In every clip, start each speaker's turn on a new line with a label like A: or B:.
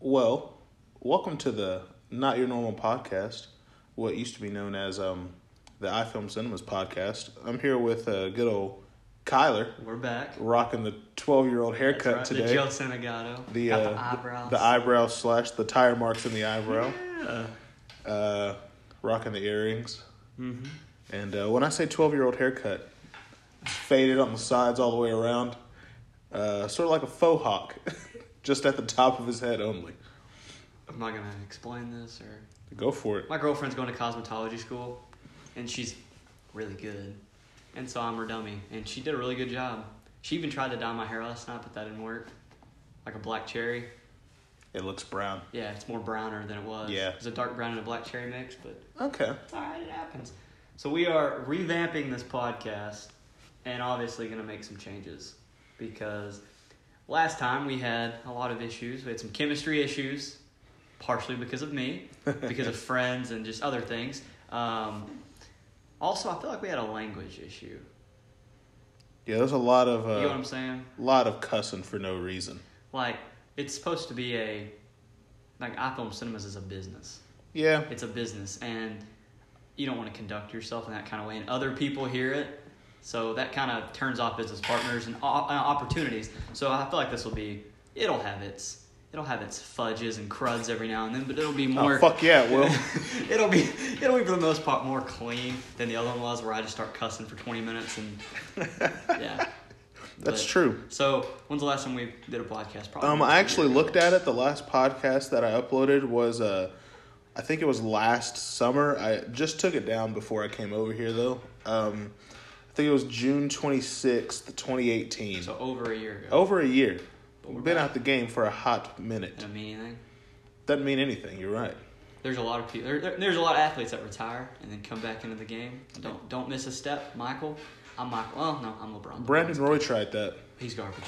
A: Well, welcome to the Not Your Normal podcast, what used to be known as um, the iFilm Cinemas podcast. I'm here with uh, good old Kyler,
B: We're back.
A: rocking the 12 year old
B: That's
A: haircut
B: right,
A: today.
B: The Joe Senegato.
A: the,
B: Got
A: uh,
B: the eyebrows.
A: the eyebrow slash the tire marks in the eyebrow,
B: Yeah.
A: uh, rocking the earrings.
B: Mm-hmm.
A: And uh, when I say 12 year old haircut, it's faded on the sides all the way around, uh, sort of like a faux hawk, just at the top of his head only.
B: I'm not gonna explain this or.
A: Go for it.
B: My girlfriend's going to cosmetology school, and she's really good. And so I'm her dummy, and she did a really good job. She even tried to dye my hair last night, but that didn't work. Like a black cherry.
A: It looks brown.
B: Yeah, it's more browner than it was.
A: Yeah.
B: It's a dark brown and a black cherry mix, but
A: Okay.
B: it's all right. It happens. So we are revamping this podcast, and obviously going to make some changes because last time we had a lot of issues. We had some chemistry issues, partially because of me, because of friends and just other things. Um, also, I feel like we had a language issue.
A: Yeah, there's a lot of
B: You know what
A: uh,
B: I'm saying?
A: lot of cussing for no reason.
B: Like it's supposed to be a like iFilm Cinemas is a business.
A: Yeah.
B: it's a business and you don't want to conduct yourself in that kind of way and other people hear it so that kind of turns off business partners and o- uh, opportunities so i feel like this will be it'll have its it'll have its fudges and cruds every now and then but it'll be more
A: Oh fuck yeah, Will.
B: it'll be it'll be for the most part more clean than the other one was where i just start cussing for 20 minutes and yeah
A: That's
B: But-
A: true.
B: so when's the last time we did a podcast probably
A: Um, I actually looked at it. The last podcast that I uploaded was uh, I think it was last summer. I just took it down before I came over here though. Um, I think it was June twenty sixth, twenty eighteen.
B: so over a year ago
A: Over a year.
B: we're
A: Been
B: back.
A: out the game for a hot minute.
B: Didn't mean anything
A: Doesn't mean anything. You're right.
B: There's a lot of people. There, there- there's a lot of athletes that retire and then come back into the game. Don't don't miss a step, Michael. I'm Michael. Well, no, I'm LeBron.
A: Brandon Roy tried that.
B: He's garbage.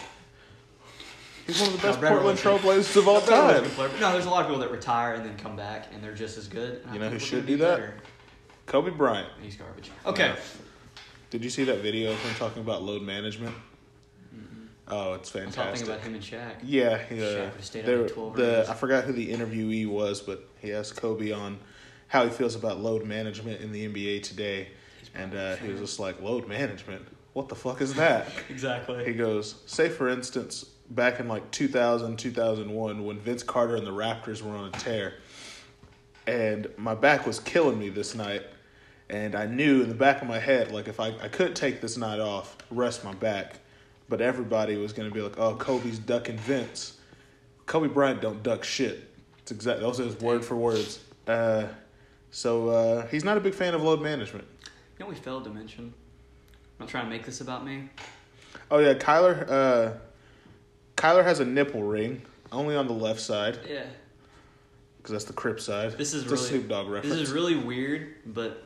A: He's one of the best
B: Brandon
A: Portland
B: Roy-
A: Trailblazers of all time.
B: No, there's a lot of people that retire and then come back and they're just as good. And I
A: You know
B: think
A: who
B: we're
A: should do
B: gonna
A: that?
B: better.
A: Kobe Bryant.
B: He's garbage. Okay.
A: Did you see that video of him talking about load management? Oh, it's
B: I'm Mm-hmm. talking
A: fantastic.
B: about him and Shaq.
A: Yeah, he,
B: Shaq
A: uh,
B: would've stayed up
A: there-
B: at 12
A: the
B: rings.
A: I forgot who the interviewee was, but he asked Kobe on how he feels about load management in the NBA today, and uh, he was just like, "Load management? What the fuck is that?" uh, He
B: Exactly.
A: goes, "Say for instance, back in like 2000, 2001, when Vince Carter and the Raptors were on a tear, and my back was killing me this night." And I knew in the back of my head, like if I, I could take this night off, rest my back, but everybody was gonna be like, "Oh, Kobe's ducking Vince." Kobe Bryant don't duck shit. It's exact. Those are his word for words. Uh, so uh, he's not a big fan of load management.
B: You know what we failed to mention. I'm not trying to make this about me.
A: Oh yeah, Kyler. Uh, Kyler has a nipple ring only on the left side
B: Yeah.
A: because that's the crip side.
B: This is
A: It's a
B: really
A: Snoop Dogg reference.
B: This is really weird, but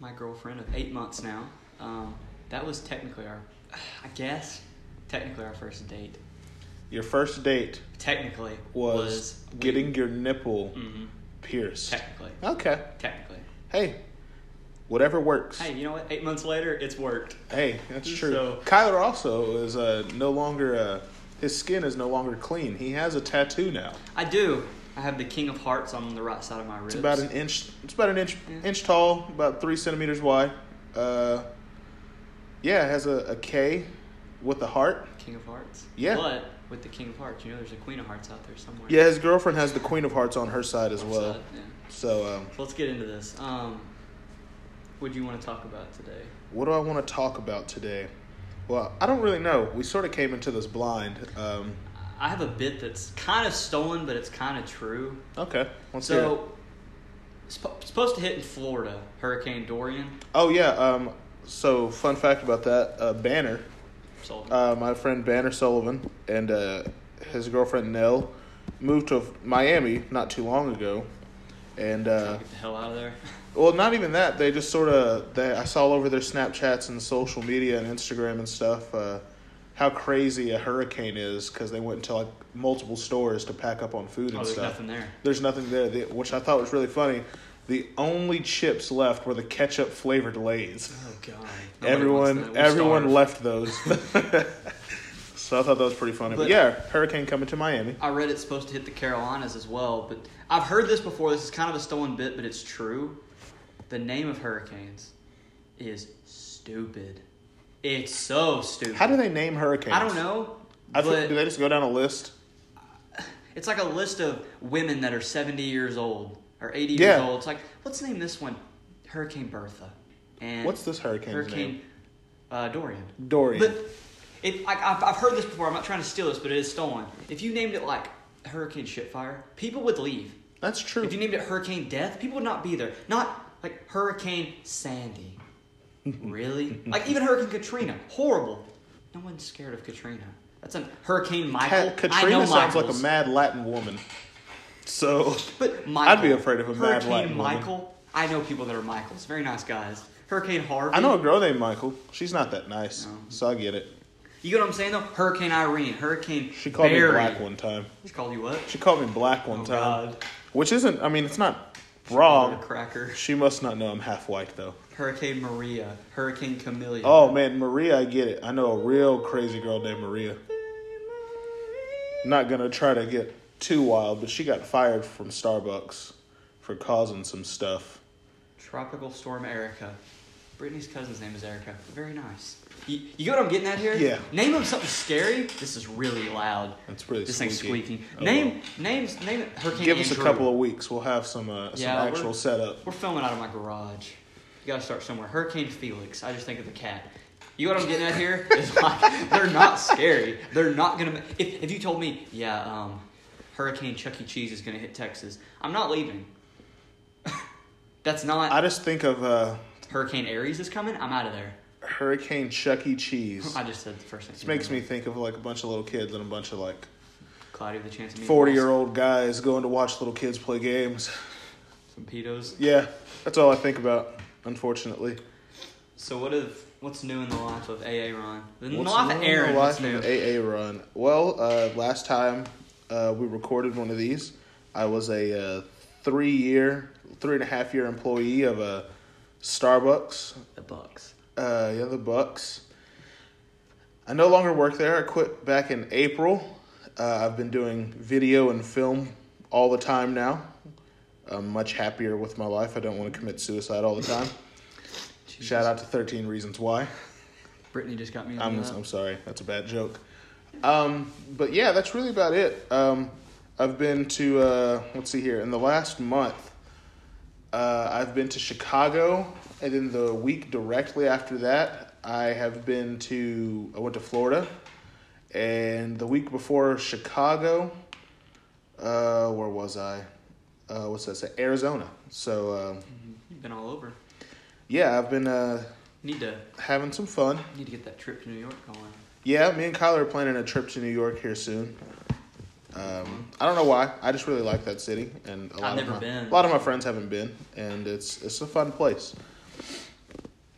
B: my girlfriend of eight months now, um, that was technically our, I guess, technically our first date.
A: your first date
B: Technically
A: was,
B: we-
A: getting your nipple
B: Mhm.
A: pierced.
B: technically,
A: okay.
B: technically.
A: Hey, whatever works.
B: Hey, you know what? Eight months later, it's worked.
A: Hey, that's true.
B: So-
A: Kyler also is uh, no longer. Uh, his skin is no longer clean. He has a tattoo now.
B: I do. I have the King of Hearts on the right side of my ribs.
A: It's about an inch. It's about an inch
B: Yeah.
A: inch tall, about three centimeters wide. Uh, yeah, it has a, a K with a heart.
B: King of Hearts.
A: Yeah.
B: But with the King of Hearts, you know, there's a Queen of Hearts out there somewhere.
A: Yeah, his girlfriend has the Queen of Hearts on her side as
B: Left
A: well.
B: side, yeah.
A: So, um,
B: So let's get into this. Um, what do you want to talk about today?
A: what do I want to talk about today? Well, I don't really know. We sort of came into this blind. Um,
B: I have a bit that's kind of stolen, but it's kind of true.
A: okay, let's hear it.
B: So, sp- supposed to hit in Florida, Hurricane Dorian.
A: Oh yeah. Um, so, fun fact about that uh, banner.
B: So,
A: Uh, my friend Banner Sullivan and uh, his girlfriend Nell moved to Miami not too long ago, and uh,
B: get the hell out of there.
A: Well, not even that. They just sort of they I saw all over their Snapchats and social media and Instagram and stuff uh, how crazy a hurricane is because they went into like multiple stores to pack up on food and
B: Oh, there's
A: stuff.
B: nothing there.
A: There's nothing there, the, which I thought was really funny. The only chips left were the ketchup flavored lays.
B: Oh god.
A: everyone, everyone left those. So I thought that was pretty funny. But,
B: But-
A: yeah, hurricane coming to Miami.
B: I read it's supposed to hit the Carolinas as well, but I've heard this before. This is kind of a stolen bit, but it's true. The name of hurricanes is stupid. It's so stupid.
A: How do they name hurricanes?
B: I don't know,
A: I
B: but
A: think, do they just go down a list?
B: it's like a list of women that are 70 years old or 80 years
A: Yeah.
B: old. It's like, let's name this one Hurricane Bertha. And
A: What's this hurricane's
B: Hurricane
A: name?
B: uh, Dorian.
A: Dorian.
B: But it, I, I've, I've heard this before. I'm not trying to steal this, but it is stolen. If you named it like Hurricane Shitfire, people would leave.
A: That's true.
B: If you named it Hurricane Death, people would not be there. Not like Hurricane Sandy. really? Like even Hurricane Katrina. Horrible. No one's scared of Katrina. That's a Hurricane Michael.
A: Cat-
B: I know
A: Katrina sounds like a
B: Michael's.
A: mad Latin woman. So
B: But Michael.
A: be afraid of a mad
B: Hurricane
A: Latin woman.
B: Michael. I know people that are Michaels. Very nice guys. Hurricane Harvey.
A: I know a girl named Michael. She's not that nice,
B: No.
A: so I get it.
B: You get what I'm saying though? Hurricane Irene. Hurricane.
A: She called
B: Barry.
A: me black one time.
B: She called you what?
A: She called me black one
B: Oh,
A: time,
B: God.
A: which isn't. I mean, it's not
B: What a
A: wrong.
B: cracker.
A: She must not know I'm half white though.
B: Hurricane Maria. Hurricane Camellia.
A: Oh man, Maria, I get it. I know a real crazy girl named Maria. Not gonna try to get too wild, but she got fired from Starbucks for causing some stuff.
B: Tropical Storm Erica. Brittany's cousin's name is Erica. Very nice. You, you get what I'm getting at here?
A: Yeah.
B: Name them something scary. This is really loud.
A: That's really
B: This thing's
A: squeaky.
B: squeaking.
A: Oh,
B: Name, names, name it. Hurricane
A: Give us a
B: Andrew.
A: couple of weeks. We'll have some uh, some
B: Yeah,
A: actual
B: we're-
A: setup.
B: We're filming out of my garage. You gotta start somewhere. Hurricane Felix. I just think of the cat. You know what I'm getting at here? It's like they're not scary. They're not gonna. ma- If if you told me, yeah, um, Hurricane Chuck E. Cheese is gonna hit Texas, I'm not leaving. That's not
A: I just think of uh,
B: Hurricane Aries is coming. I'm out of there.
A: Hurricane Chuck E. Cheese.
B: I just said the first thing.
A: This makes me think of like a bunch of little kids and a bunch of like
B: Cloudy with a chance of meatballs.
A: forty year old guys going to watch little kids play games.
B: Some pedos.
A: Yeah, that's all I think about. Unfortunately,
B: So what if what's new in the life of AA Ron? In
A: What's
B: the life
A: new
B: of
A: in the
B: Aaron.
A: life
B: What's
A: of
B: new?
A: AA run. Well, uh, last time uh, we recorded one of these, I was a uh, three year, three and a half year employee of a Starbucks.
B: The Bucks.
A: Uh, yeah, the Bucks. I no longer work there. I quit back in April. Uh, I've been doing video and film all the time now. I'm much happier with my life. I don't want to commit suicide all the time.
B: Jesus.
A: Shout out to 13 Reasons Why.
B: Brittany just got me.
A: I'm,
B: that.
A: I'm sorry, that's a bad joke. Um, but yeah, that's really about it. Um, I've been to, uh, let's see here, in the last month, uh, I've been to Chicago, and then the week directly after that, I have been to, I went to Florida, and the week before Chicago, uh, where was I? Uh, what's that say? Arizona. So, uh,
B: You've been all over.
A: yeah, I've been uh,
B: Need to
A: having some fun.
B: need to get that trip to New York going.
A: Yeah, me and Kyler are planning a trip to New York here soon. Um, I don't know why. I just really like that city, and a lot of
B: never
A: my,
B: been.
A: a lot of my friends haven't been, and it's it's a fun place.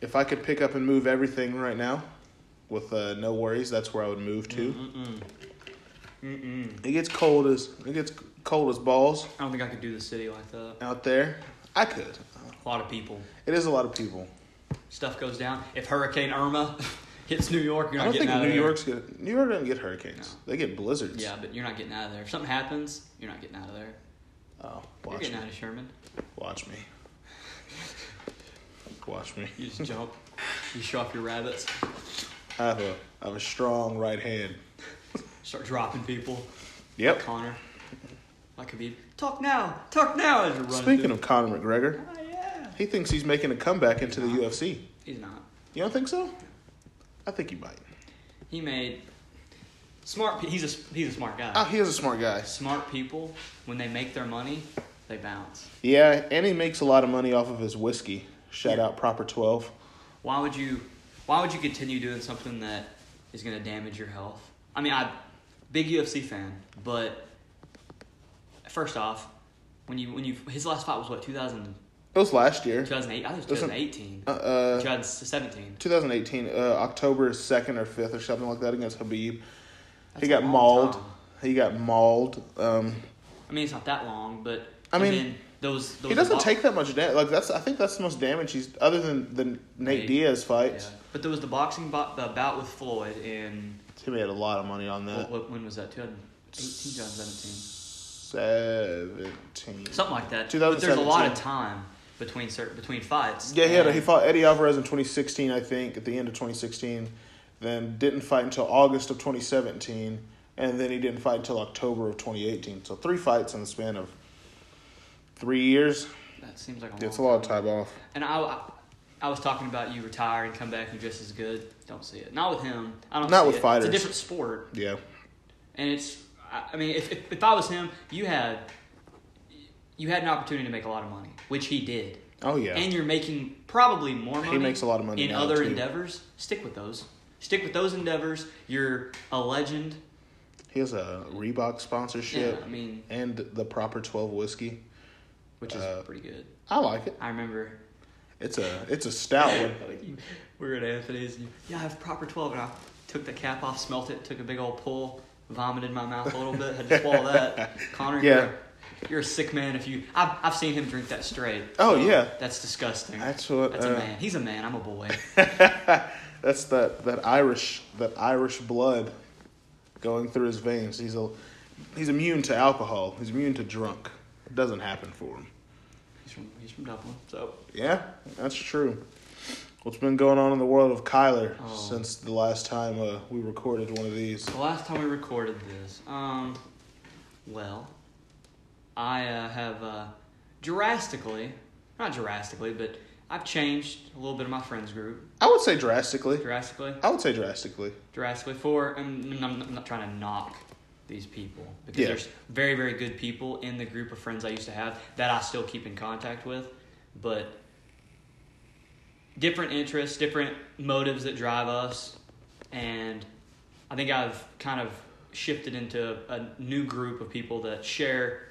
A: If I could pick up and move everything right now, with uh, no worries, that's where I would move to.
B: Mm-mm. Mm-mm.
A: It gets cold as it gets cold as balls
B: I don't think I could do the city like that.
A: out there. I could.
B: A lot of people.
A: It is a lot of people.
B: Stuff goes down. If Hurricane Irma hits New York, you're
A: I
B: not
A: don't
B: getting
A: think
B: out of
A: New
B: there.
A: York's gonna, New York doesn't get hurricanes. They get blizzards.
B: Yeah, but you're not getting out of there. If something happens, you're not getting out of there.
A: Oh,
B: You're
A: watch me.
B: getting out of Sherman.
A: Watch me. Watch me.
B: You just jump. You show off your rabbits.
A: I have a I have a strong right hand.
B: Start dropping people.
A: Yep.
B: Connor. Like Khabib. Talk now. Talk now. As you're running
A: Speaking
B: through.
A: of Conor McGregor,
B: Oh, yeah.
A: he thinks he's making a comeback into the UFC.
B: He's not.
A: You don't think so? I think he might.
B: He made smart. pe- He's a s- he's a smart guy.
A: Oh, he is a smart guy.
B: Smart people when they make their money, they bounce.
A: Yeah, and he makes a lot of money off of his whiskey. Shout out Proper Twelve.
B: Why would you? Why would you continue doing something that is going to damage your health? I mean, I big UFC fan, but first off, when you when you his last fight was what 2000,
A: It was last year,
B: 2008? I think it was
A: Listen,
B: 2018,
A: uh, uh,
B: 2017.
A: 2018, uh, October second or fifth or something like that against Habib.
B: That's
A: He
B: a
A: got
B: long
A: mauled.
B: time.
A: He got mauled. Um,
B: I mean, it's not that long, but
A: I
B: and
A: mean,
B: then those, those
A: he doesn't
B: bo-
A: take that much damage. Like that's I think that's the most damage he's other than the Nate
B: Nate.
A: Diaz
B: Yeah.
A: fights.
B: But there was the boxing bo- the bout with Floyd in
A: Timmy had a lot of money on that.
B: What, what, when was that? 2018, 2017.
A: Seventeen.
B: Something like that. But there's a lot
A: 2017.
B: of time between certain, between fights.
A: Yeah, he had a, he
B: And-
A: fought Eddie Alvarez in 2016, I think, at the end of 2016. Then didn't fight until August of 2017, and then he didn't fight until October of 2018. So three fights in the span of three years.
B: That seems like a long
A: It's a lot of time off.
B: And I, I, I was talking about you retire and come back and you're just as good. Don't see it. Not with him. I don't.
A: Not
B: see
A: with
B: it.
A: fighters.
B: It's a different sport,
A: Yeah,
B: and it's. I I mean, if, if if I was him, you had, you had an opportunity to make a lot of money, which he did,
A: Oh yeah.
B: and you're making probably more money.
A: makes a lot of money
B: in
A: now,
B: other
A: too.
B: endeavors. Stick with those. Stick with those endeavors. You're a legend.
A: he has a Reebok sponsorship
B: Yeah, I mean,
A: and the proper 12 whiskey.
B: which is
A: Uh,
B: pretty good.
A: I like it.
B: I remember
A: It's a it's a stout one.
B: we were at Anthony's. And you, yeah, I have proper 12. And I took the cap off, smelt it, took a big old pull, vomited in my mouth a little bit, had to swallow that. Connor,
A: Yeah.
B: you're, you're a sick man if you. I've, I've seen him drink that straight.
A: Oh, yeah.
B: That's disgusting. That's,
A: That's what.
B: a
A: uh,
B: man. He's a man. I'm a boy.
A: That's that, that Irish that Irish blood going through his veins. He's a he's immune to alcohol. He's immune to drunk. It doesn't happen for him.
B: he's, from, he's from Dublin. So,
A: Yeah, that's true. What's been going on in the world of Kyler
B: Oh.
A: since the last time uh, we recorded one of these?
B: the last time we recorded this, um, well, I uh, have uh, drastically, not drastically, but I've changed a little bit of my friends group.
A: I would say drastically.
B: Drastically.
A: I would say drastically.
B: drastically for, and I'm, I'm, not trying to knock these people because
A: Yeah.
B: there's very, very good people in the group of friends I used to have that I still keep in contact with, but different interests, different motives that drive us, and I think I've kind of shifted into a new group of people that share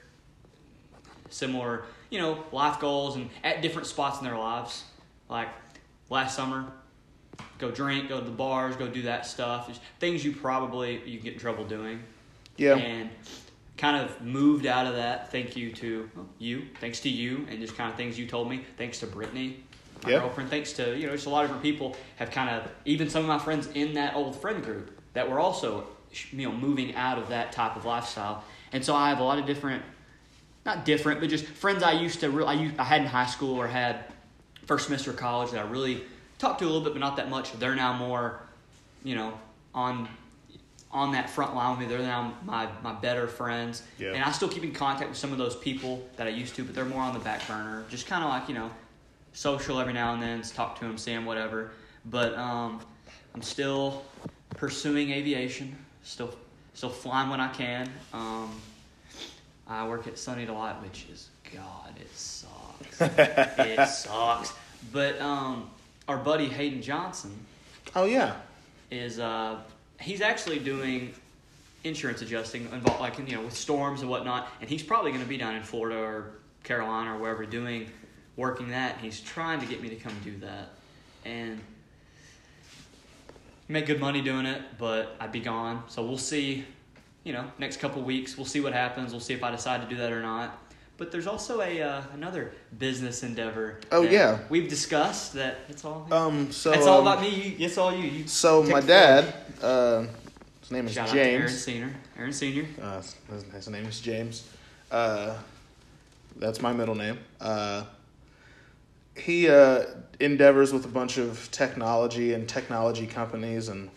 B: similar, you know, life goals and at different spots in their lives. Like last summer, go drink, go to the bars, go do that stuff. Just things you probably you get in trouble doing.
A: Yeah.
B: And kind of moved out of that. Thank you to you. Thanks to you, and just kind of things you told me. Thanks to Brittany, my
A: Yeah.
B: girlfriend. Thanks to you know, just a lot of different people have kind of even some of my friends in that old friend group that were also you know moving out of that type of lifestyle. And so I have a lot of different, not different, but just friends I used to real I used, I had in high school or had first semester of college that I really talked to a little bit, but not that much. They're now more, you know, on on that front line with me. They're now my my better friends,
A: Yeah.
B: and I still keep in contact with some of those people that I used to, but they're more on the back burner. Just kind of like you know, social every now and then, just talk to them, see them, whatever. But um, I'm still pursuing aviation. Still, still flying when I can. Um, I work at Sunny Delight, which is God, it sucks. it sucks. But um, our buddy Hayden Johnson
A: oh yeah.
B: is uh, he's actually doing insurance adjusting involved, like you know, with storms and whatnot, and he's probably going to be down in Florida or Carolina or wherever doing working that. And he's trying to get me to come do that, and make good money doing it, but I'd be gone. So we'll see. You know, next couple weeks, we'll see what happens. We'll see if I decide to do that or not. But there's also a uh, another business endeavor.
A: Oh,
B: that
A: yeah.
B: we've discussed that. It's all.
A: Um. So
B: it's all
A: um,
B: about me. You, it's all you. you
A: So
B: take
A: my
B: the
A: dad, uh, his name is
B: Shout
A: James.
B: out to Aaron Senior. Aaron Senior.
A: Uh, his, his name is James. Uh, that's my middle name. Uh, he uh, endeavors with a bunch of technology and technology companies, and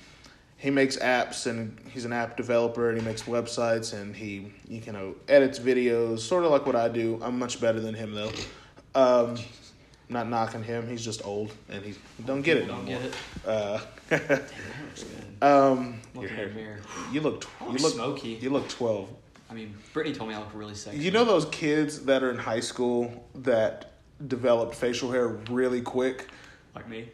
A: he makes apps, and he's an app developer, and he makes websites, and he you know edits videos, sort of like what I do. I'm much better than him though. Um, not knocking him. He's just old, and he don't get it.
B: Don't
A: no
B: get it.
A: more.
B: That looks good.
A: Uh, um,
B: Look
A: your
B: in the
A: hair.
B: mirror.
A: You look.
B: I
A: You
B: look
A: look.
B: smoky.
A: You look twelve.
B: I mean, Brittany told me I look really sexy.
A: You know those kids that are in high school that developed facial hair really quick?
B: like me.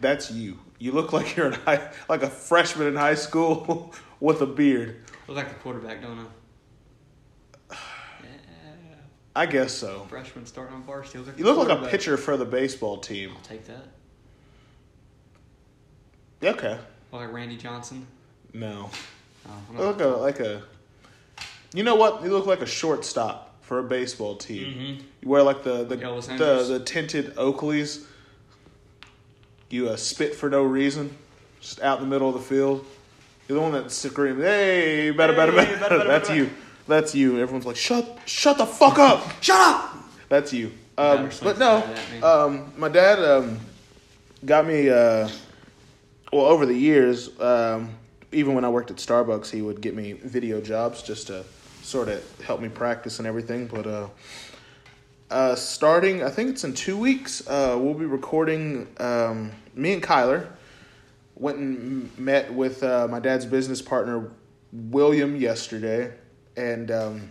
A: That's you. You look like you're in high, like a freshman in high school with a beard.
B: I look like the quarterback, don't I? Yeah.
A: I guess so.
B: Freshman starting on varsity. I Look like
A: You
B: the
A: look like a
B: quarterback.
A: pitcher for the baseball team.
B: I'll take that.
A: Okay.
B: Look like Randy Johnson.
A: No.
B: Oh, I'm
A: You
B: not-
A: look a, like a. You know what? You look like a shortstop for a baseball team.
B: Mhm.
A: You wear like the the,
B: Elvis
A: the
B: Andrews.
A: the tinted Oakleys. You uh, spit for no reason, just out in the middle of the field. You're the one that screamed, "Hey, better, better,
B: Hey,
A: better!"
B: better, better,
A: That's
B: better.
A: you. That's you. Everyone's like, "Shut, shut the fuck up."
B: Shut up!
A: That's you.
B: Never
A: Um, but
B: slipped
A: no,
B: that at me.
A: um, my dad um, got me. Uh, well, over the years, um, even when I worked at Starbucks, he would get me video jobs just to sort of help me practice and everything. But uh, uh, starting, I think it's in two weeks, uh, we'll be recording. Um, me and Kyler went and m- met with uh, my dad's business partner William yesterday, and. Um,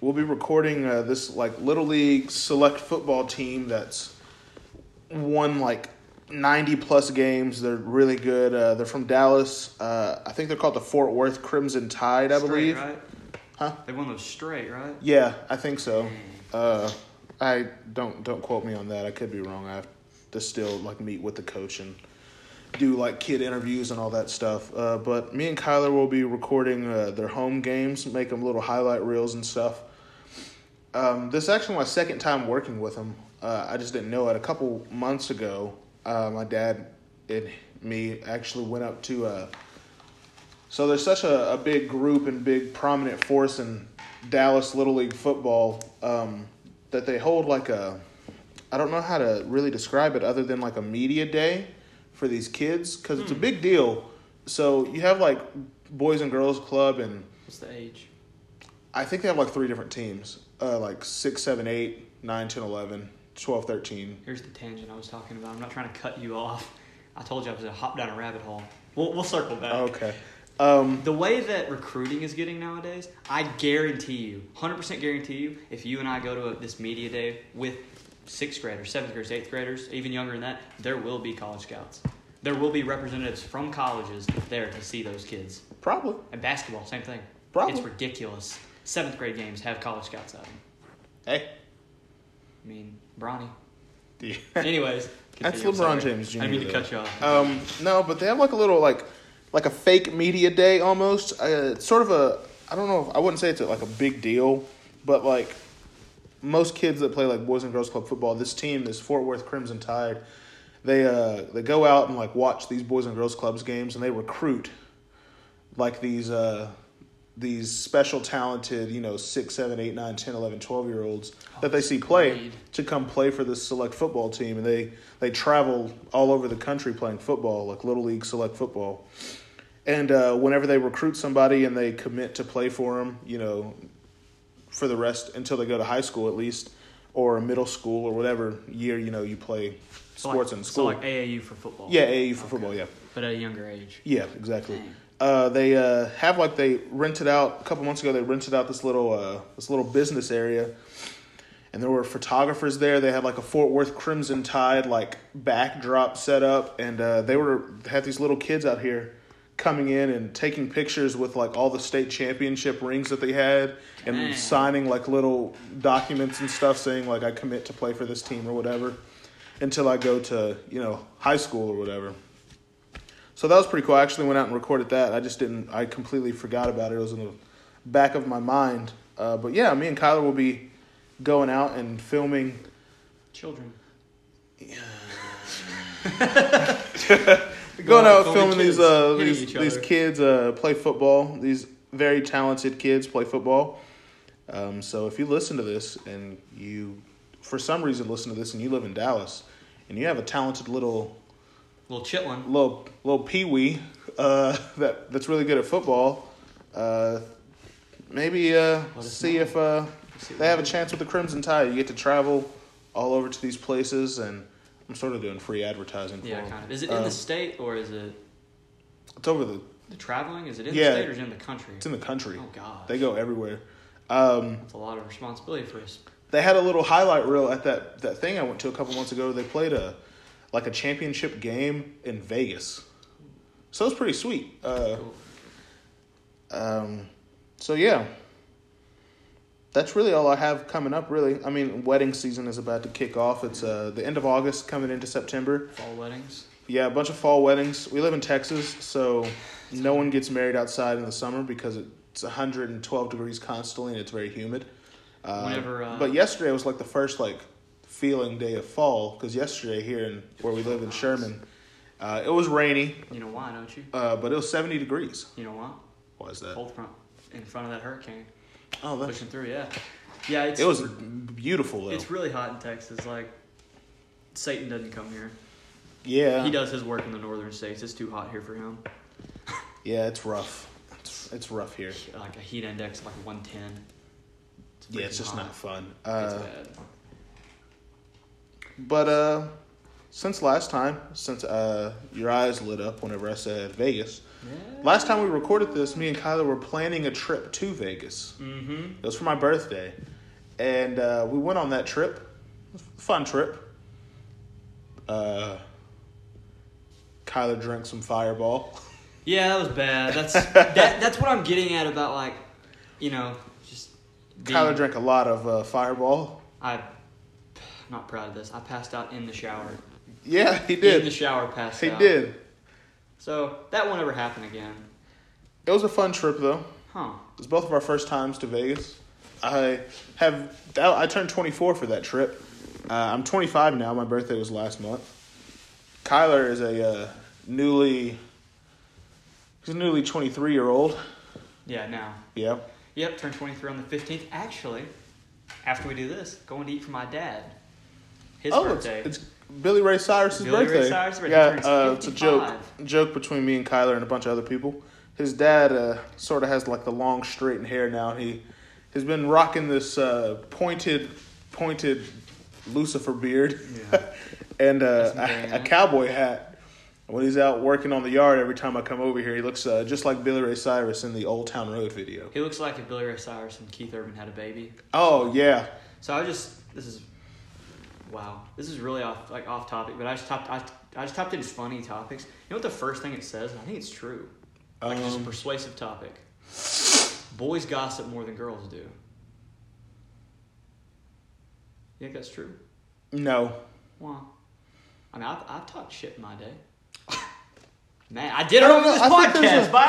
A: we'll be recording uh, this like little league select football team that's won like 90 plus games they're really good uh, they're from dallas uh, i think they're called the fort worth crimson tide i
B: Straight,
A: believe
B: right?
A: Huh?
B: They won those straight, right?
A: yeah i think so uh, i don't don't quote me on that i could be wrong i have to still like meet with the coach and do like kid interviews and all that stuff uh, but me and kyler will be recording uh, their home games make them little highlight reels and stuff um, this is actually my second time working with him. Uh, I just didn't know it. A couple months ago, uh, my dad and me actually went up to. Uh, so there's such a, a big group and big prominent force in Dallas Little League football um, that they hold like a. I don't know how to really describe it other than like a media day for these kids because it's a big deal. So you have like Boys and Girls Club and.
B: What's the age?
A: I think they have like three different teams uh, like 6, 7, 8, 9, 10, 11, 12, 13.
B: Here's the tangent I was talking about. I'm not trying to cut you off. I told you I was gonna hop down a rabbit hole. We'll, we'll circle back.
A: Okay. Um,
B: The way that recruiting is getting nowadays, I guarantee you, 100% guarantee you, if you and I go to a, this media day with sixth graders, seventh graders, eighth graders, even younger than that, there will be college scouts. There will be representatives from colleges there to see those kids.
A: probably.
B: And basketball, same thing.
A: Probably.
B: It's ridiculous. Seventh grade games have college scouts at them.
A: Hey.
B: I mean, Bronny.
A: Yeah.
B: Anyways,
A: That's
B: continue, I'm
A: LeBron
B: sorry.
A: James Jr.
B: I didn't mean to
A: though.
B: cut you off.
A: Um, no, but they have like a little like like a fake media day almost. Uh, it's sort of a I don't know. If, I wouldn't say it's like a big deal, but like most kids that play like boys and girls club football, this team, this Fort Worth Crimson Tide, they uh they go out and like watch these boys and girls clubs games and they recruit like these uh these special talented you know 6 7 8 9 10 11 12 year olds that they see play
B: Agreed.
A: to come play for this select football team and they they travel all over the country playing football like little league select football and uh, whenever they recruit somebody and they commit to play for them you know for the rest until they go to high school at least or middle school or whatever year you know you play
B: So
A: sports
B: like,
A: in
B: so
A: school
B: like AAU for football.
A: yeah AAU for football yeah
B: But at a younger age.
A: yeah, exactly. Uh, they uh, have like they rented out a couple months ago. They rented out this little uh, this little business area, and there were photographers there. They had like a Fort Worth Crimson Tide like backdrop set up, and uh, they were had these little kids out here coming in and taking pictures with like all the state championship rings that they had, and
B: Dang.
A: signing like little documents and stuff saying like I commit to play for this team or whatever, until I go to you know high school or whatever. So that was pretty cool. I actually went out and recorded that. I just didn't. I completely forgot about it. It was in the back of my mind. Uh, but yeah, me and Kyler will be going out and filming.
B: Children.
A: Going out
B: filming
A: filming
B: kids
A: these uh,
B: hitting
A: these
B: each
A: these
B: other.
A: kids uh, play football. These very talented kids play football. Um, so if you listen to this and you, for some reason, listen to this and you live in Dallas, and you have a talented little
B: Little chitlin.
A: little little peewee uh, that that's really good at football. Uh, maybe uh,
B: us
A: see
B: know.
A: if uh,
B: See what
A: they have a
B: we do.
A: chance with the Crimson Tide. You get to travel all over to these places, and I'm sort of doing free advertising for
B: Yeah,
A: them.
B: kind of. Is it in
A: Um,
B: the state or is it
A: It's over the
B: the traveling? Is it in
A: Yeah.
B: the state or is it in the country?
A: it's in the country.
B: oh god,
A: They go everywhere. Um,
B: that's a lot of responsibility for us.
A: they had a little highlight reel at that that thing I went to a couple months ago. They played a like a championship game in Vegas, so it's pretty sweet. Uh,
B: Cool.
A: Um, so yeah, that's really all I have coming up. Really, I mean, wedding season is about to kick off. It's uh, the end of August, coming into September.
B: Fall weddings.
A: Yeah, a bunch of fall weddings. We live in Texas, so no one gets married outside in the summer because it's 112 degrees constantly and it's very humid. Uh,
B: Whenever, uh,
A: but yesterday was like the first like feeling day of fall because yesterday here in where we live in Sherman, Uh, it was rainy,
B: You know why, don't you?
A: uh, but it was 70 degrees.
B: You know why?
A: Why is that?
B: Cold front in front of that hurricane
A: Oh, that's,
B: pushing through. Yeah, yeah. It's,
A: it was beautiful, though.
B: It's really hot in Texas. Like Satan doesn't come here.
A: Yeah.
B: He does his work in the northern states. It's too hot here for him.
A: Yeah, it's rough. It's, it's rough here.
B: Like a heat index of like 110.
A: Yeah, it's
B: freaking
A: just
B: hot.
A: not fun.
B: it's
A: Uh,
B: bad.
A: But uh, since last time, since uh, your eyes lit up whenever I said Vegas,
B: Yeah.
A: last time we recorded this, me and Kyler were planning a trip to Vegas.
B: Mm-hmm.
A: It was for my birthday, and uh, we went on that trip. Fun trip. Uh, Kyler drank some Fireball.
B: Yeah, that was bad. That's that, that's what I'm getting at about like, you know, just. Being,
A: Kyler drank a lot of uh, Fireball.
B: I, I'm not proud of this. I passed out in the shower.
A: Yeah, he
B: In the
A: did.
B: shower, passed
A: He
B: out.
A: did.
B: So that won't ever happen again,
A: It was a fun trip though.
B: huh?
A: It's both of our first times to Vegas. I have I turned 24 for that trip. Uh, I'm 25 now. My birthday was last month. Kyler is a uh, newly he's a newly 23 year old.
B: Yeah. Now.
A: Yeah,
B: Yep. Turn 23 on the 15th. Actually, after we do this, going to eat for my dad. His
A: oh, it's,
B: birthday.
A: it's Billy Ray Cyrus's
B: Billy Ray
A: birthday.
B: Cyrus' birthday
A: yeah,
B: turns
A: uh, it's a joke
B: 55.
A: joke between me and Kyler and a bunch of other people. His dad uh, sort of has like the long straightened hair now. He has been rocking this uh, pointed pointed Lucifer beard
B: Yeah.
A: and uh,
B: That's
A: a, a
B: bad.
A: cowboy hat. When he's out working on the yard, every time I come over here, he looks uh, just like Billy Ray Cyrus in the Old Town Road video.
B: He looks like if Billy Ray Cyrus and Keith Urban had a baby.
A: Oh yeah,
B: So I just this is wow. This is really off like off topic, but I just topped I, I just topped in funny topics. You know what the first thing it says? And I think it's true. Like it's just a
A: um,
B: persuasive topic. Boys gossip more than girls do. You think that's true?
A: no,
B: Wow. I mean, I've, I've talked shit in my day. Man, I did it
A: I don't
B: on
A: know.
B: this
A: I think there's
B: podcast
A: a-
B: by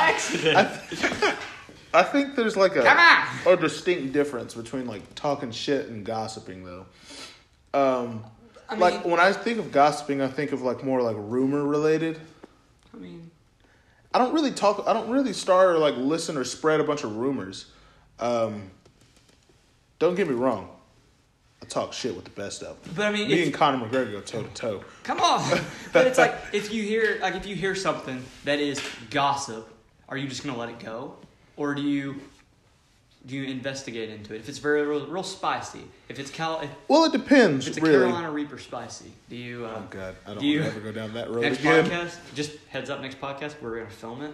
B: accident.
A: I think there's like a
B: Come on.
A: a distinct difference between like talking shit and gossiping though. Um,
B: I
A: like
B: mean-
A: when I think of gossiping, I think of like more like rumor related.
B: I mean,
A: I don't really talk. I don't really start or like listen or spread a bunch of rumors. Um, don't get me wrong. I talk shit with the best of them.
B: But I mean,
A: me
B: if-
A: and Conor McGregor go toe to toe.
B: Come on. but it's like if you hear like if you hear something that is gossip, are you just gonna let it go, or do you do you investigate into it? If it's very real, real spicy, if it's Cal, if
A: Well, it depends,
B: it's a
A: really.
B: Carolina Reaper spicy, do you? Uh,
A: Oh God, I don't
B: Do you-
A: wanna ever go down that road
B: next
A: again.
B: podcast, just heads up. Next podcast, we're gonna film it.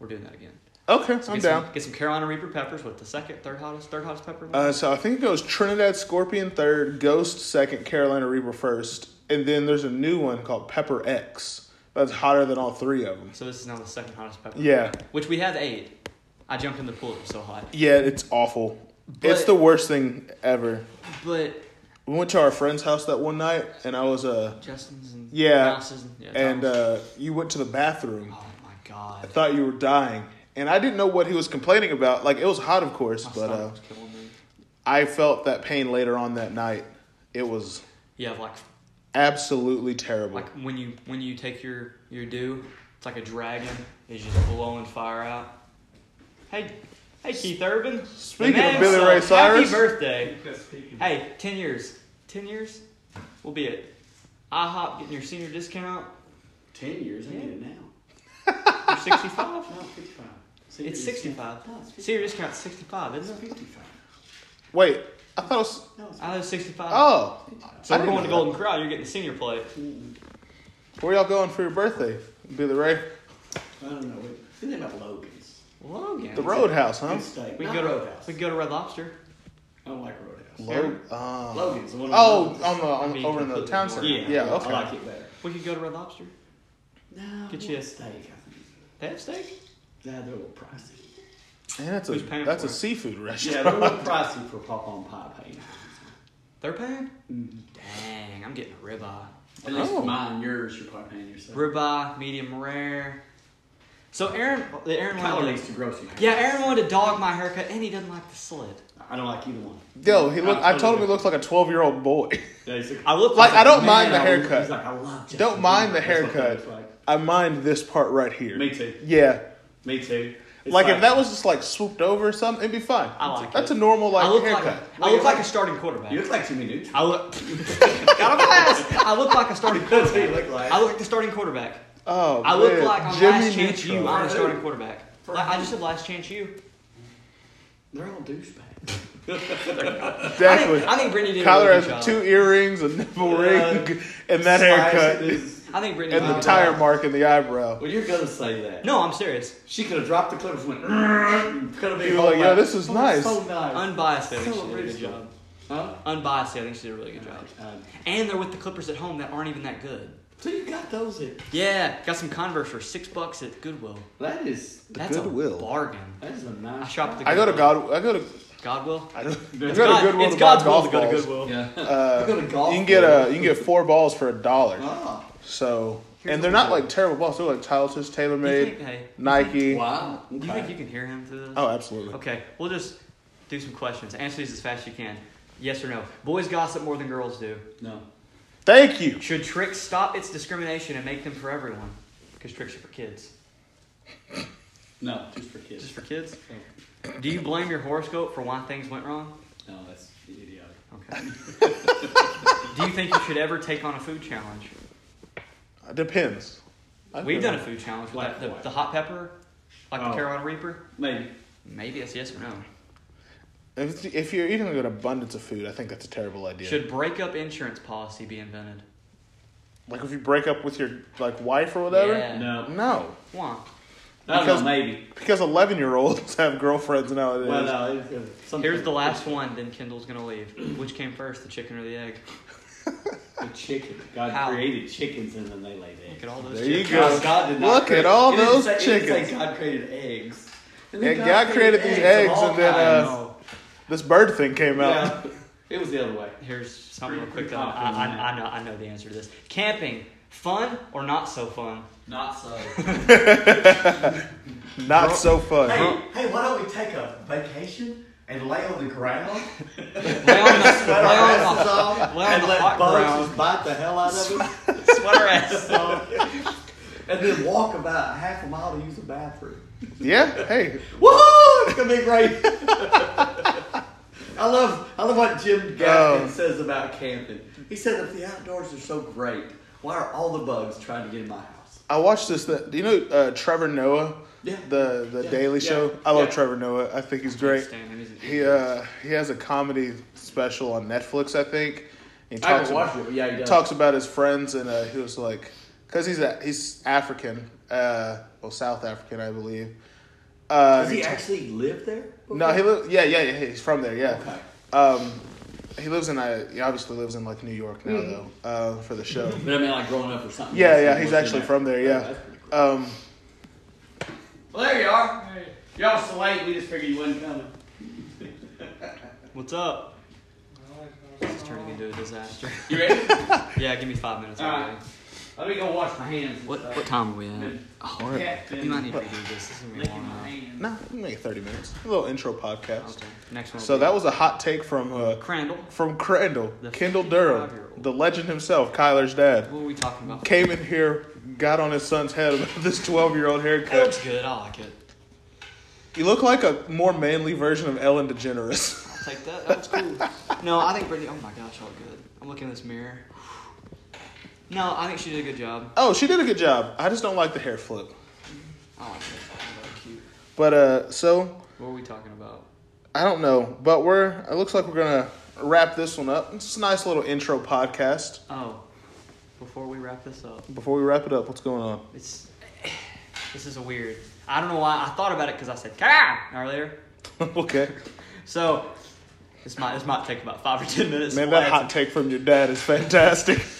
B: We're doing that again.
A: Okay, I'm
B: get
A: down.
B: Some, get some Carolina Reaper peppers with the second, third hottest, third hottest pepper. in the
A: Uh, so I think it goes Trinidad Scorpion third, Ghost second, Carolina Reaper first, and then there's a new one called Pepper X. That's hotter than all three of them.
B: So this is now the second hottest pepper.
A: Yeah,
B: Which we had eight. I jumped in the pool. It was so hot.
A: yeah, it's awful. it's
B: But-
A: the worst thing ever.
B: But
A: We went to our friend's house that one night, and I was uh,
B: Justin's and
A: Yeah.
B: Mouse's and yeah,
A: and
B: Thomas.
A: uh, you went to the bathroom.
B: Oh my god.
A: I thought you were dying, and I didn't know what he was complaining about. Like it was hot, of course,
B: My
A: but uh,
B: stomach's killing me.
A: I felt that pain later on that night. It was
B: Yeah, like
A: absolutely terrible.
B: like when you when you take your your dew, it's like a dragon is just blowing fire out. Hey, hey Keith Urban. The
A: Speaking of
B: man
A: Billy Ray
B: himself,
A: Cyrus.
B: happy birthday. Hey, ten years, ten years, we'll be at IHOP getting your senior discount.
C: Ten years, I get it now.
B: You're 65.
C: No, fifty-five. See,
B: It's
C: you're-
B: 65.
C: No, it's fifty-
B: Senior discount's 65,
C: it's
B: isn't it?
C: fifty-five.
A: Wait, I thought it was.
C: No, it's
B: I was 65.
A: Oh,
B: so
A: I
B: we're
A: didn't
B: going to
A: know that.
B: Golden Corral. You're getting the senior plate.
A: Where y'all going for your birthday, Billy Ray?
C: I don't know. Wait, Something about Logan's.
B: Logan.
A: The Roadhouse, huh?
C: Good steak.
B: We
C: Not
B: can go to
C: Roadhouse.
B: We can go to Red Lobster.
C: I don't like Roadhouse.
A: Lo- uh,
C: Logan's the one.
A: Oh,
C: on
A: on the
B: I
A: on,
B: mean,
A: over in the
B: completely
A: town
B: north.
A: center.
C: Yeah,
A: Yeah, okay.
C: I like it better.
B: We could go to Red Lobster.
C: No,
B: Get
C: I
B: you a-
C: want steak. I think.
B: They have steak.
C: Nah, they're a little pricey.
A: And that's a
B: Who's paying
A: that's
B: for
A: a
B: it?
A: seafood restaurant.
C: Yeah, they're a little pricey for pop on pie paint.
B: They're paying?
C: Mm.
B: Dang, I'm getting a ribeye.
C: At least
A: Oh.
C: mine, yours, your pie paint, yourself.
B: Ribeye, medium rare. So Aaron, uh, the Aaron
C: Tyler
B: wanted
C: needs
B: to,
C: to grow some.
B: yeah, Aaron wanted to dog my haircut, and he doesn't like the slit.
C: I don't like either one.
A: Yo, he looked.
C: I'm
A: I told him
C: totally
A: he looks like a twelve year old boy.
C: Yeah, he's like,
B: I look
A: Like, I don't
C: Man,
A: mind the
C: I-
A: haircut.
C: He's like, I love Justin
A: Don't mind the
C: Bieber. That's what
A: haircut.
C: he looks like.
A: I mind this part right here.
C: Me too.
A: Yeah.
C: Me too. It's
A: like, if that was just like swooped over or something, it'd be fine.
B: I like
A: That's a
B: it.
A: normal like
B: I look like
A: haircut.
B: a, I look like a starting quarterback.
C: you look like Jimmy Neutron.
B: I look got a pass. I look like a starting
C: That's what
B: quarterback.
C: you look like.
B: I look like the starting quarterback.
A: oh,
B: I look
A: man.
B: like on last chance
A: Neutron.
B: you. I'm
C: For
B: a starting
C: who?
B: quarterback.
C: For
B: Like, I
C: who?
B: just said last chance you.
C: They're all douchebags.
A: Exactly.
B: I think, I think Brittany did a really
A: Kyler
B: good job.
A: has two earrings, a nipple
C: Yeah.
A: ring, and that
C: Slice
A: haircut,
C: is-
B: I think Brittany
A: and
B: did a
A: the
B: good
A: tire
B: job.
A: mark and the eyebrow.
C: Well, you're gonna say that.
B: No, I'm serious.
C: She could have dropped the clip and went. "Rrrr," Could have been
A: You were like,
C: all
A: "Yo, this is
C: "Oh,
A: nice."
C: So nice.
B: Unbiased, I think
C: So
B: she did a good
C: original.
B: job.
C: Huh?
B: Unbiased, I think she did a really good job.
C: Um,
B: And they're with the Clippers at home that aren't even that good.
C: so you got those in.
B: Yeah, got some Converse for six bucks at Goodwill.
C: That is
A: The
B: That's
A: Goodwill.
B: a bargain.
C: that is a
B: I
C: nice.
B: shop at the
A: I go to God. I go to.
B: Godwill.
A: I don't, I
C: It's
A: go
B: God-
A: to Goodwill
B: it's
A: to buy
B: God's will
A: golf
B: to go to
A: balls.
B: Goodwill.
C: Yeah.
A: Uh,
C: I go to golf
A: you can get
C: balls.
A: a you can get four balls for a dollar.
C: Ah,
A: So
B: Here's
A: and they're
B: what we
A: not
B: do.
A: like terrible balls. They're like Child's Tailor
B: You think,
A: Made,
B: hey,
A: Nike.
C: wow.
B: do you
C: Okay.
B: think you can hear him through this?
A: Oh, absolutely.
B: Okay, we'll just do some questions. Answer these as fast as you can. Yes or no. Boys gossip more than girls do.
C: No.
A: Thank you.
B: Should tricks stop its discrimination and make them for everyone? Because tricks are for kids.
C: No, just for kids.
B: Just for kids?
C: Oh,
B: Do you blame your horoscope for why things went wrong?
C: no, that's idiotic.
B: Okay. do you think you should ever take on a food challenge?
A: It depends. I
B: We've
A: don't
B: done a food challenge with that,
C: Like
B: the,
C: what?
B: the hot pepper, like
C: Oh.
B: the Carolina Reaper.
C: Maybe.
B: Maybe it's yes or no.
A: know. If, if you're eating an abundance of food, I think that's a terrible idea.
B: Should breakup insurance policy be invented?
A: like if you break up with your like wife or whatever.
B: Yeah.
C: No.
A: No,
B: Why?
C: No,
A: Because-
C: no, maybe.
A: because eleven year olds have girlfriends nowadays.
C: Well,
B: uh,
C: no. It's, it's something-
B: Here's the last one, then Kendall's gonna leave. Which came first, the chicken or the egg?
C: The chicken. God
B: How?
C: created chickens and then they laid
B: Look
C: eggs.
B: at all those
A: There you
B: chickens.
A: go.
C: God, God did not
A: Look
C: create-
A: at all
C: it didn't
A: those
C: say- it didn't say
A: chickens.
C: God created eggs. And
A: Yeah, God created these eggs
C: of all
A: and then,
C: kinds.
A: uh,
B: Oh,
A: This bird thing came out.
C: yeah, it was the other way.
B: Here's something real quick.
C: Pretty- pretty
B: That I, I,
C: confident.
B: I, know, I know the answer to this. Camping, fun or not so fun?
C: Not so.
A: Uh-huh. Not so fun.
D: Hey, hey, why don't we take a vacation and lay on the ground?
B: Lay on the,
C: Let
B: lay
C: our
B: on
C: asses
B: the-
C: off
B: lay on
C: and
B: the
C: let
B: hot
C: bugs
B: ground.
C: just bite the hell out of us.
B: sweat our ass off.
C: and then walk about half a mile to use the bathroom.
A: Yeah. Hey.
C: Woohoo! It's gonna be great. I love I love what Jim Gaffigan
A: Oh.
C: says about camping. He said that the outdoors are so great. Why are all the bugs trying to get in my house?
A: I watched this. That do you know uh, Trevor Noah?
C: Yeah.
A: The the
C: Yeah.
A: Daily
C: Yeah.
A: Show. I love
C: Yeah.
A: Trevor Noah. I think he's great.
B: Stand him, he's an
A: He
B: idiot.
A: uh he has a comedy special on Netflix. I think. He
C: I haven't watched it, but yeah, he does.
A: talks about his friends and uh, he was like, because he's a, he's African, uh, well South African, I believe. Uh,
C: Does he
A: ta-
C: actually live there?
A: No, he li- yeah, yeah, yeah, he's from there, yeah.
C: Okay.
A: Um, he lives in, uh, he obviously lives in like New York now
C: Mm-hmm.
A: though, uh, for the show.
C: But I mean, like growing up or something.
A: yeah,
C: He
A: yeah,
C: was
A: he's
C: in
A: actually from there,
C: Oh,
A: yeah.
C: that's pretty cool.
A: Um,
C: Well, there you are. Y'all so late. We just figured you wasn't coming.
B: What's up? This is turning into a disaster.
C: You ready?
B: yeah, give me five minutes.
C: All
B: already.
C: right. Let me go wash my hands.
B: What what time are we at?
C: Been
B: Hard.
C: kept
B: You
C: in-
B: might need to redo this. This is gonna be a
C: Licking
B: long.
C: my
B: hour.
C: hands.
A: nah, we can make it thirty minutes. A little intro podcast.
B: Okay. Next one. will
A: So
B: be
A: that was a hot take from uh,
B: Crandall.
A: from Crandall,
B: The
A: Kendall
B: 55-year-old.
A: Durham, the legend himself, Kyler's dad.
B: What were we talking about?
A: Came in here, got on his son's head about this twelve-year-old
B: That
A: haircut.
B: looks good. I like it.
A: You look like a more manly version of Ellen DeGeneres.
B: I'll take that. That was cool. no, I think Brittany. Oh my gosh, all good. I'm looking in this mirror. No, I think she did a good job.
A: Oh, she did a good job. I just don't like the hair flip.
B: I like that. Cute.
A: But uh, so
B: What were we talking about?
A: I don't know, but we're it looks like we're gonna wrap this one up. It's a nice little intro podcast.
B: Oh, before we wrap this up,
A: Before we wrap it up, what's going on?
B: it's this is a weird. I don't know why I thought about it because I said "Ka!" earlier.
A: okay,
B: So this might this might take about five or ten minutes.
A: man, that
B: Lance,
A: hot take from your dad is fantastic.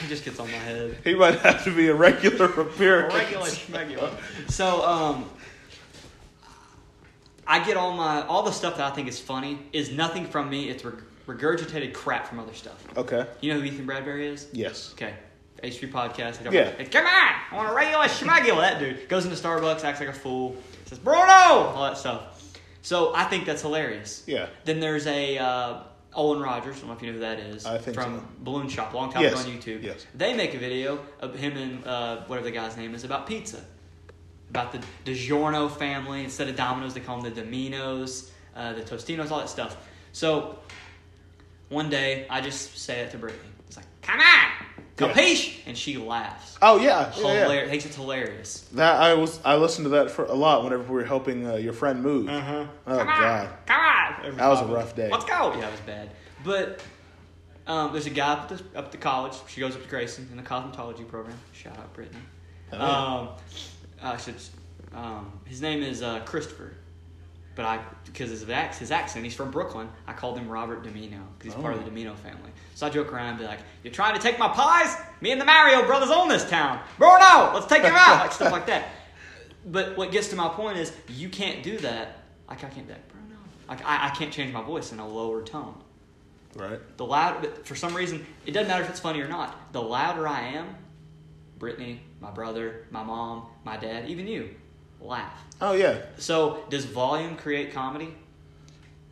B: He just gets on my head.
A: he might have to be a regular appearance.
B: Regular schmegular. So um, I get all my all the stuff that I think is funny is nothing from me. It's reg- regurgitated crap from other stuff.
A: Okay.
B: You know who Ethan Bradbury is?
A: Yes.
B: Okay. H3 podcast. they don't-
A: Yeah.
B: It's, come on! I want a regular schmegula. That dude goes into Starbucks, acts like a fool, says, Bruno! All that stuff. So I think that's hilarious.
A: Yeah.
B: Then there's a uh, Olin Rogers, I don't know if you know who that is.
A: I think
B: from
A: so.
B: Balloon Shop, long time
A: Yes,
B: ago on YouTube.
A: yes.
B: They make a video of him and uh, whatever the guy's name is about pizza, about the DiGiorno family. Instead of Domino's, they call them the Domino's, uh, the Tostinos, all that stuff. So one day, I just say it to Brittany. It's like, come on,
A: Yeah.
B: capiche? And she laughs.
A: Oh yeah, yeah, yeah.
B: Hilarious. Thinks it's hilarious.
A: That I was I listened to that for a lot whenever we were helping uh, your friend move.
B: huh.
A: Oh
B: Uh-huh. Come
A: god,
B: on, come on.
A: that was a rough day.
B: Let's go. Yeah, it was bad. But um, there's a guy up to, up to college. She goes up to Grayson in the cosmetology program. Shout out Brittany.
A: Oh, yeah.
B: Um, I should. Um, his name is uh, Christopher, but I because his ac- his accent, he's from Brooklyn. I called him Robert Domino because he's part of
A: Oh.
B: the Domino family. So I joke around and be like, "You're trying to take my pies? Me and the Mario brothers own this town, Bruno. Let's take him out, like stuff like that." But what gets to my point is, you can't do that. Like I can't be like Bruno. Like I, I can't change my voice in a lower tone.
A: Right.
B: The loud, but for some reason, it doesn't matter if it's funny or not. The louder I am, Brittany, my brother, my mom, my dad, even you, laugh.
A: Oh yeah.
B: So does volume create comedy?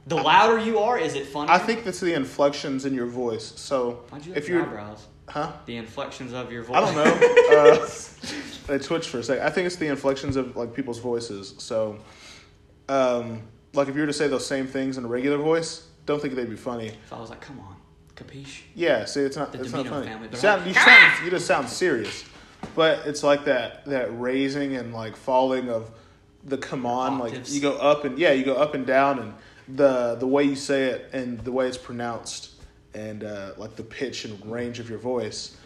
B: The louder you are, is it funny?
A: I think that's the inflections in your voice. So
B: Why'd you
A: if
B: if your
A: you're
B: eyebrows?
A: huh,
B: The inflections of your voice.
A: I don't know. uh, I twitched for a second. I think it's the inflections of like people's voices. So, um, like if you were to say those same things in a regular voice, don't think they'd be funny.
B: if I was like, come on, capiche?
A: Yeah, see, it's not.
B: The
A: it's not
B: DeVito
A: funny.
B: family,
A: You
B: they're
A: sound,
B: like, "Ah!"
A: you,
B: "Come
A: sound, you just sound serious, but it's like that that raising and like falling of the come on, like
B: Octaves.
A: you go up and yeah, you go up and down, and the the way you say it and the way it's pronounced, and uh, like the pitch and range of your voice.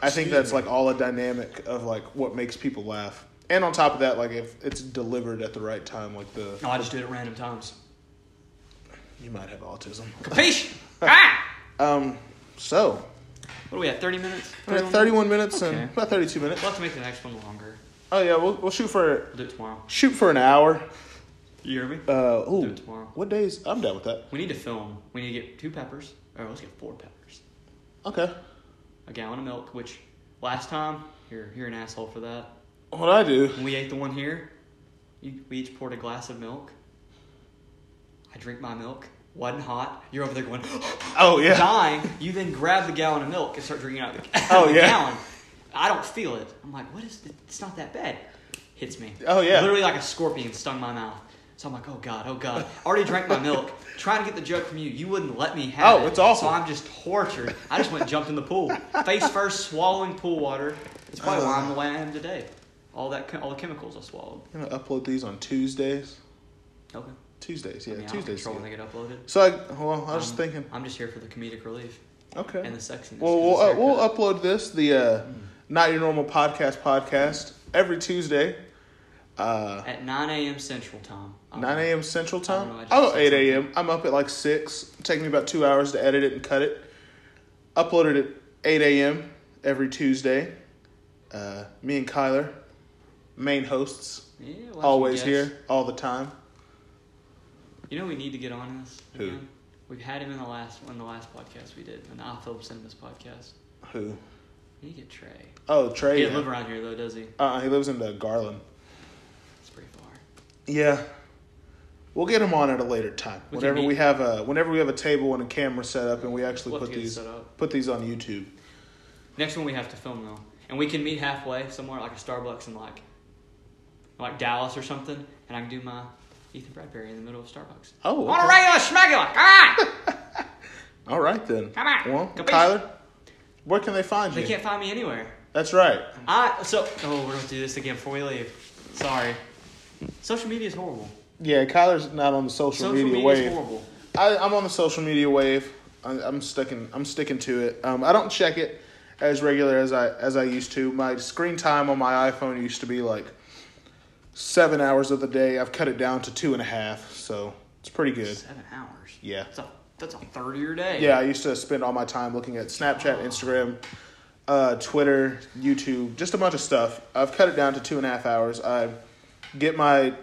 A: I think that's like all a dynamic of like what makes people laugh, and on top of that, like if it's delivered at the right time, like the
B: No, I just do it at random times.
A: you might have autism.
B: Capiche? ah!
A: Um, so
B: What are we at? Thirty minutes.
A: we're at
B: 31?
A: 31 minutes
B: Okay.
A: and about 32 minutes.
B: We'll have to make the next one longer.
A: Oh yeah, we'll, we'll shoot for
B: We'll do it tomorrow.
A: shoot for an hour.
B: You hear me?
A: Uh, ooh,
B: Do it tomorrow.
A: What days? I'm down with that.
B: We need to film. We need to get two peppers, or let's get four peppers.
A: Okay.
B: A gallon of milk, which last time you're you're an asshole for that.
A: What I do?
B: When we ate the one here, you, we each poured a glass of milk. I drink my milk. Wasn't hot. You're over there going
A: Oh yeah.
B: dying. You then grab the gallon of milk and start drinking out of the,
A: Oh,
B: the
A: yeah.
B: gallon. I don't feel it. I'm like, what is? This? It's not that bad. Hits me.
A: Oh, yeah.
B: Literally like a scorpion stung my mouth. So I'm like, oh god, oh god. Already drank my milk. Trying to get the joke from you. You wouldn't let me have it.
A: Oh, it's awful.
B: So I'm just tortured. I just went and jumped in the pool, face first, swallowing pool water. It's probably why I'm the way I am today. All that, all the chemicals I swallowed.
A: I'm gonna upload these on Tuesdays.
B: Okay.
A: Tuesdays, yeah,
B: I mean, I don't
A: Tuesdays.
B: control
A: yeah.
B: when they get uploaded.
A: So I, well, I was just
B: I'm-
A: thinking.
B: I'm just here for the comedic relief
A: Okay.
B: and the sexiness.
A: well,
B: 'cause
A: we'll, uh,
B: this
A: we'll
B: haircut- Hmm.
A: upload this the uh, not your normal podcast podcast every Tuesday. Uh,
B: At 9 a.m. Central Time.
A: 9 a.m. Central
B: don't know, I
A: Time.
B: just
A: Oh,
B: said
A: 8 a.m. I'm up at like 6. Take me about two hours to edit it and cut it. Uploaded at 8 a.m. every Tuesday. Uh, me and Kyler, main hosts,
B: Yeah, we'll have some
A: always
B: guests.
A: here, all the time.
B: You know we need to get on this.
A: Who?
B: Again? We've had him in the last one, the last podcast we did, in the I Phillips Cinemas podcast.
A: Who?
B: We need to get Trey.
A: Oh,
B: He
A: Trey.
B: doesn't live
A: Yeah.
B: around here though, does he?
A: Uh, he lives in the Garland.
B: It's pretty far.
A: Yeah. We'll get him on at a later time.
B: We can
A: whenever we
B: meet-
A: have a whenever we have a table and a camera set up and we actually
B: We'll have
A: put
B: to get it
A: these
B: set up.
A: put these on YouTube.
B: Next one we have to film though, and we can meet halfway somewhere, like a Starbucks in like, like Dallas or something, and I can do my Ethan Bradbury in the middle of Starbucks.
A: Oh,
B: On a
A: okay.
B: regular schmegular, come on!
A: all right then.
B: Come on.
A: Well,
B: Capisce?
A: Kyler, where can they find
B: they
A: you?
B: can't find me anywhere.
A: That's right.
B: I so oh we're gonna do this again before we leave. Sorry. Social media is horrible.
A: Yeah, Kyler's not on the social,
B: Social
A: media,
B: media is
A: wave.
B: horrible.
A: I, I'm on the social media wave. I, I'm sticking. I'm sticking to it. Um, I don't check it as regular as I as I used to. My screen time on my iPhone used to be like seven hours of the day. I've cut it down to two and a half, so it's pretty good.
B: Seven hours.
A: Yeah.
B: That's a that's a third of your day.
A: Yeah, I used to spend all my time looking at Snapchat, Instagram, uh, Twitter, YouTube, just a bunch of stuff. I've cut it down to two and a half hours. I get my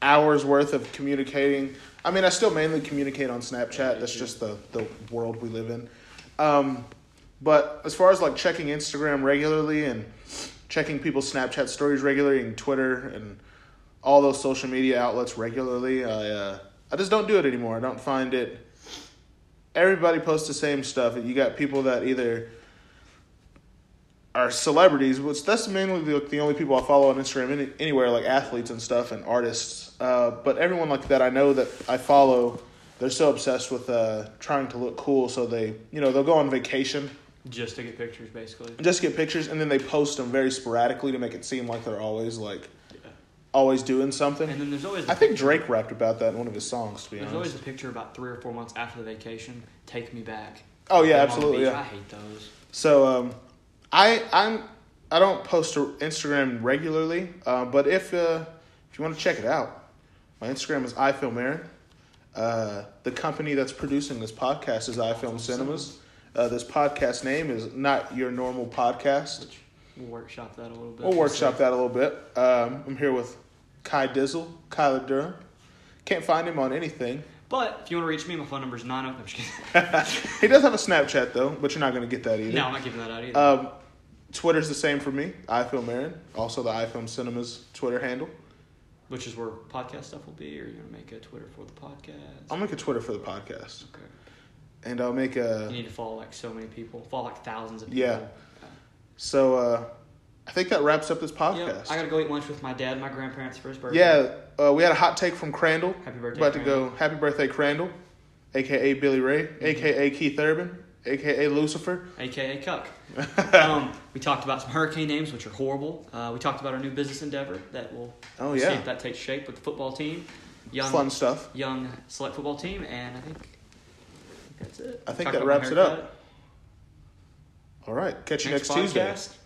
A: hours worth of communicating. I mean, I still mainly communicate on Snapchat. That's just the, the world we live in. Um, but as far as like checking Instagram regularly and checking people's Snapchat stories regularly and Twitter and all those social media outlets regularly, I uh, I just don't do it anymore. I don't find it everybody posts the same stuff, and you got people that either are celebrities, which that's mainly the, the only people I follow on Instagram any, anywhere, like athletes and stuff and artists. Uh, but everyone like that I know that I follow, they're so obsessed with uh, trying to look cool, so they you know they'll go on vacation
B: Just to get pictures, basically.
A: just get pictures, and then they post them very sporadically to make it seem like they're always like
B: Yeah.
A: always doing something.
B: And then there's always the
A: I think Drake rapped about that in one of his songs. To be
B: There's
A: honest,
B: always a picture about three or four months after the vacation. Take me back.
A: oh yeah,
B: I'm on the
A: absolutely,
B: beach.
A: yeah.
B: I hate those.
A: So um, I I'm I don't post to Instagram regularly, uh, but if uh, if you want to check it out, my Instagram is ifilmmarin. Uh, the company that's producing this podcast is iFilm Cinemas. Uh, this podcast name is not your normal podcast.
B: We'll workshop that a little bit.
A: We'll workshop that a little bit. Um, I'm here with Kai Dizzle, Kyler Durham. Can't find him on anything.
B: But if you want to reach me, my phone number is 90. I'm just kidding.
A: he does have a Snapchat though, but you're not going to get that either.
B: No, I'm not giving that out either.
A: Um, Twitter's the same for me. iFilm Marin, also the iFilm Cinemas Twitter handle.
B: Which is where podcast stuff will be, or you're going to make a Twitter for the podcast.
A: I'll make a Twitter for the podcast,
B: okay.
A: and I'll make
B: You
A: a
B: need to follow like so many people. Follow like thousands of people.
A: Yeah. so. Uh, I think that wraps up this
B: Yep.
A: podcast.
B: I got to go eat lunch with my dad and my grandparents for his birthday.
A: yeah, uh, we had a hot take from Crandall.
B: Happy birthday,
A: About
B: Crandall. Mm-hmm.
A: to go. Happy birthday, Crandall, aka Billy Ray, aka Keith Urban, aka Lucifer.
B: AKA Cuck. um, we talked about some hurricane names, which are horrible. Uh, we talked about our new business endeavor that will
A: Oh,
B: we'll see
A: yeah.
B: if that takes shape with the football team. Young,
A: Fun stuff.
B: young select football team, and I think, I think that's it.
A: I think
B: Talked
A: that
B: about my
A: wraps it up.
B: haircut.
A: All right, catch you next,
B: Next
A: Tuesday.
B: podcast.